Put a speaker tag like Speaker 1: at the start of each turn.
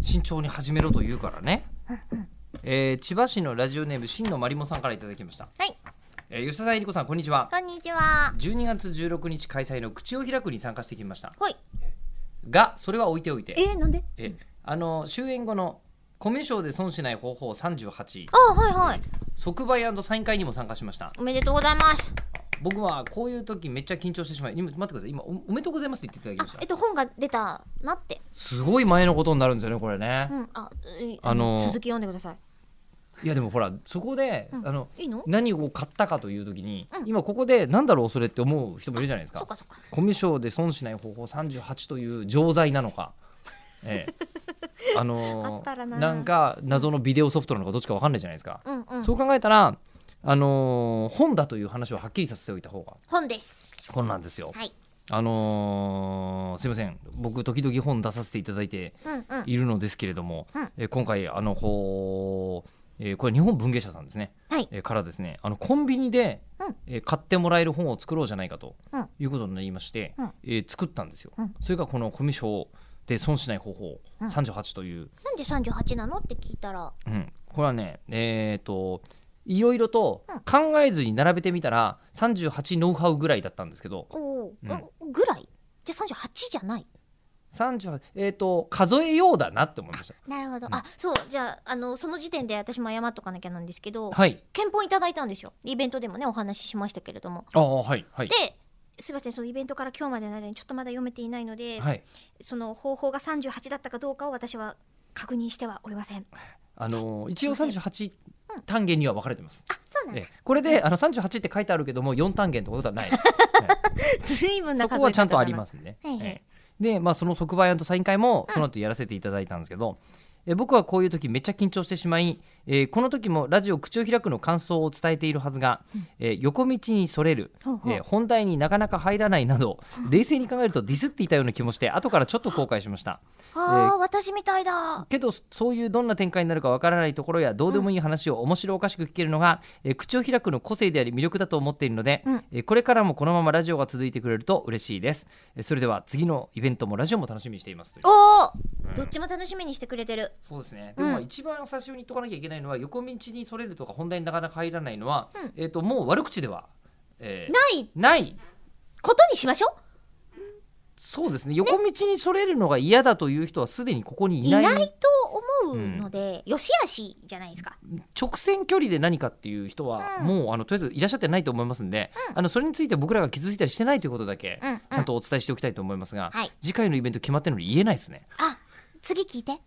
Speaker 1: 慎重に始めろと言うからね、えー千葉市のラジオネーム真のまりもさんからいただきました、
Speaker 2: はい
Speaker 1: えー吉田さんえりこさんこんにちは
Speaker 2: こんにちは
Speaker 1: 12月16日開催の口を開くに参加してきました
Speaker 2: はい
Speaker 1: がそれは置いておいて
Speaker 2: えー、なんで
Speaker 1: えあの終演後のコミュ障で損しない方法38
Speaker 2: あはいはい
Speaker 1: 即売サイン会にも参加しました
Speaker 2: おめでとうございます
Speaker 1: 僕はこういう時めっちゃ緊張してしまい今待ってください今おおめでとうございますって言っていただきまし
Speaker 2: えったと本が出たなって
Speaker 1: すごい前のことになるんですよねこれね、
Speaker 2: うんあ、い
Speaker 1: あのー
Speaker 2: 続き読んでくださ
Speaker 1: いやでもほらそこで、
Speaker 2: ん
Speaker 1: あの
Speaker 2: いいいの
Speaker 1: 何を買ったかという時に、
Speaker 2: うん
Speaker 1: 今ここでなんだろうそれって思う人もいるじゃないです
Speaker 2: そっ
Speaker 1: か
Speaker 2: かそっか
Speaker 1: コミュ障で損しない方法38という錠剤な のか、ええ、あ
Speaker 2: あ
Speaker 1: の
Speaker 2: ったらな
Speaker 1: なんか謎のビデオソフトなのかどっちかわかんないじゃないですか、
Speaker 2: うんうん
Speaker 1: そう考えたら、あのー本だという話をはっきりさせておいた方が
Speaker 2: 本です
Speaker 1: こんなんですよ。
Speaker 2: はい
Speaker 1: あのーすいません僕時々本出させていただいて
Speaker 2: うんうん
Speaker 1: いるのですけれども、
Speaker 2: うん
Speaker 1: えー今回あのこう、えーこれ日本文芸社さんですね、
Speaker 2: はい
Speaker 1: えーからですねあのコンビニで、
Speaker 2: うん
Speaker 1: えー買ってもらえる本を作ろうじゃないかと、
Speaker 2: うん
Speaker 1: いうことになりまして、
Speaker 2: うん
Speaker 1: えー作ったんですよ。
Speaker 2: うん
Speaker 1: それがこのコミュ障で損しない方法
Speaker 2: うん
Speaker 1: 38という、
Speaker 2: なんで三十八なのって聞いたら
Speaker 1: うん、これはねえっ、といろいろと
Speaker 2: うん
Speaker 1: 考えずに並べてみたら38ノウハウぐらいだったんですけど
Speaker 2: おお、
Speaker 1: うん
Speaker 2: おぐらいじゃ三十八じゃない
Speaker 1: 38えっ、と数えようだなって思いました
Speaker 2: なるほど、
Speaker 1: うん
Speaker 2: あそうじゃああのその時点で私も謝っとかなきゃなんですけど
Speaker 1: はい
Speaker 2: 憲法いただいたんですよイベントでもねお話ししましたけれども
Speaker 1: ああはいはい
Speaker 2: ですいませんそのイベントから今日までの間にちょっとまだ読めていないので、
Speaker 1: はい
Speaker 2: その方法が38だったかどうかを私は確認してはおりませんあ
Speaker 1: あのー一応
Speaker 2: すいませ
Speaker 1: 38単元には分かれてます、
Speaker 2: そうなん
Speaker 1: え
Speaker 2: だ
Speaker 1: えこれであの38って書いてあるけども4単元ってこと はないです
Speaker 2: 随分な
Speaker 1: そ
Speaker 2: 数え方だな
Speaker 1: こはちゃんとありますんで、
Speaker 2: はいはい
Speaker 1: ええでまあその即売サイン会もその後やらせていただいたんですけど、え僕はこういう時めっちゃ緊張してしまい、えーこの時もラジオ口を開くの感想を伝えているはずが、えー横道にそれる、
Speaker 2: ほうほう
Speaker 1: えー本題になかなか入らないなど冷静に考えるとディスっていたような気もして後からちょっと後悔しました
Speaker 2: あー、私みたいだ
Speaker 1: けどそういうどんな展開になるかわからないところやどうでもいい話を面白おかしく聞けるのが、えー口を開くの個性であり魅力だと思っているので、
Speaker 2: うん
Speaker 1: えーこれからもこのままラジオが続いてくれると嬉しいです、えーそれでは次のイベントもラジオも楽しみにしていますという
Speaker 2: おお、
Speaker 1: うん
Speaker 2: どっちも楽しみにしてくれてる
Speaker 1: そうですねでもまあ
Speaker 2: うん
Speaker 1: 一番最初に言っとかなきゃいけないのは、横道にそれるとか本題になかなか入らないのは、
Speaker 2: うん
Speaker 1: えー、ともう悪口では、えー
Speaker 2: ない
Speaker 1: ない
Speaker 2: ことにしましょ
Speaker 1: そうですね横道にそれるのが嫌だという人はすでにここ
Speaker 2: う
Speaker 1: にい
Speaker 2: い
Speaker 1: な
Speaker 2: ないいと思うので、よしあしじゃないですか
Speaker 1: 直線距離で何かっていう人は、
Speaker 2: うん
Speaker 1: もうあのとりあえずいらっしゃってないと思いますんで、あのそれについて僕らが傷ついたりしてないということだけ、
Speaker 2: うんうん
Speaker 1: ちゃんとお伝えしておきたいと思いますが、
Speaker 2: はい
Speaker 1: 次回のイベント決まってるのに言えないですね。
Speaker 2: あ次聞いて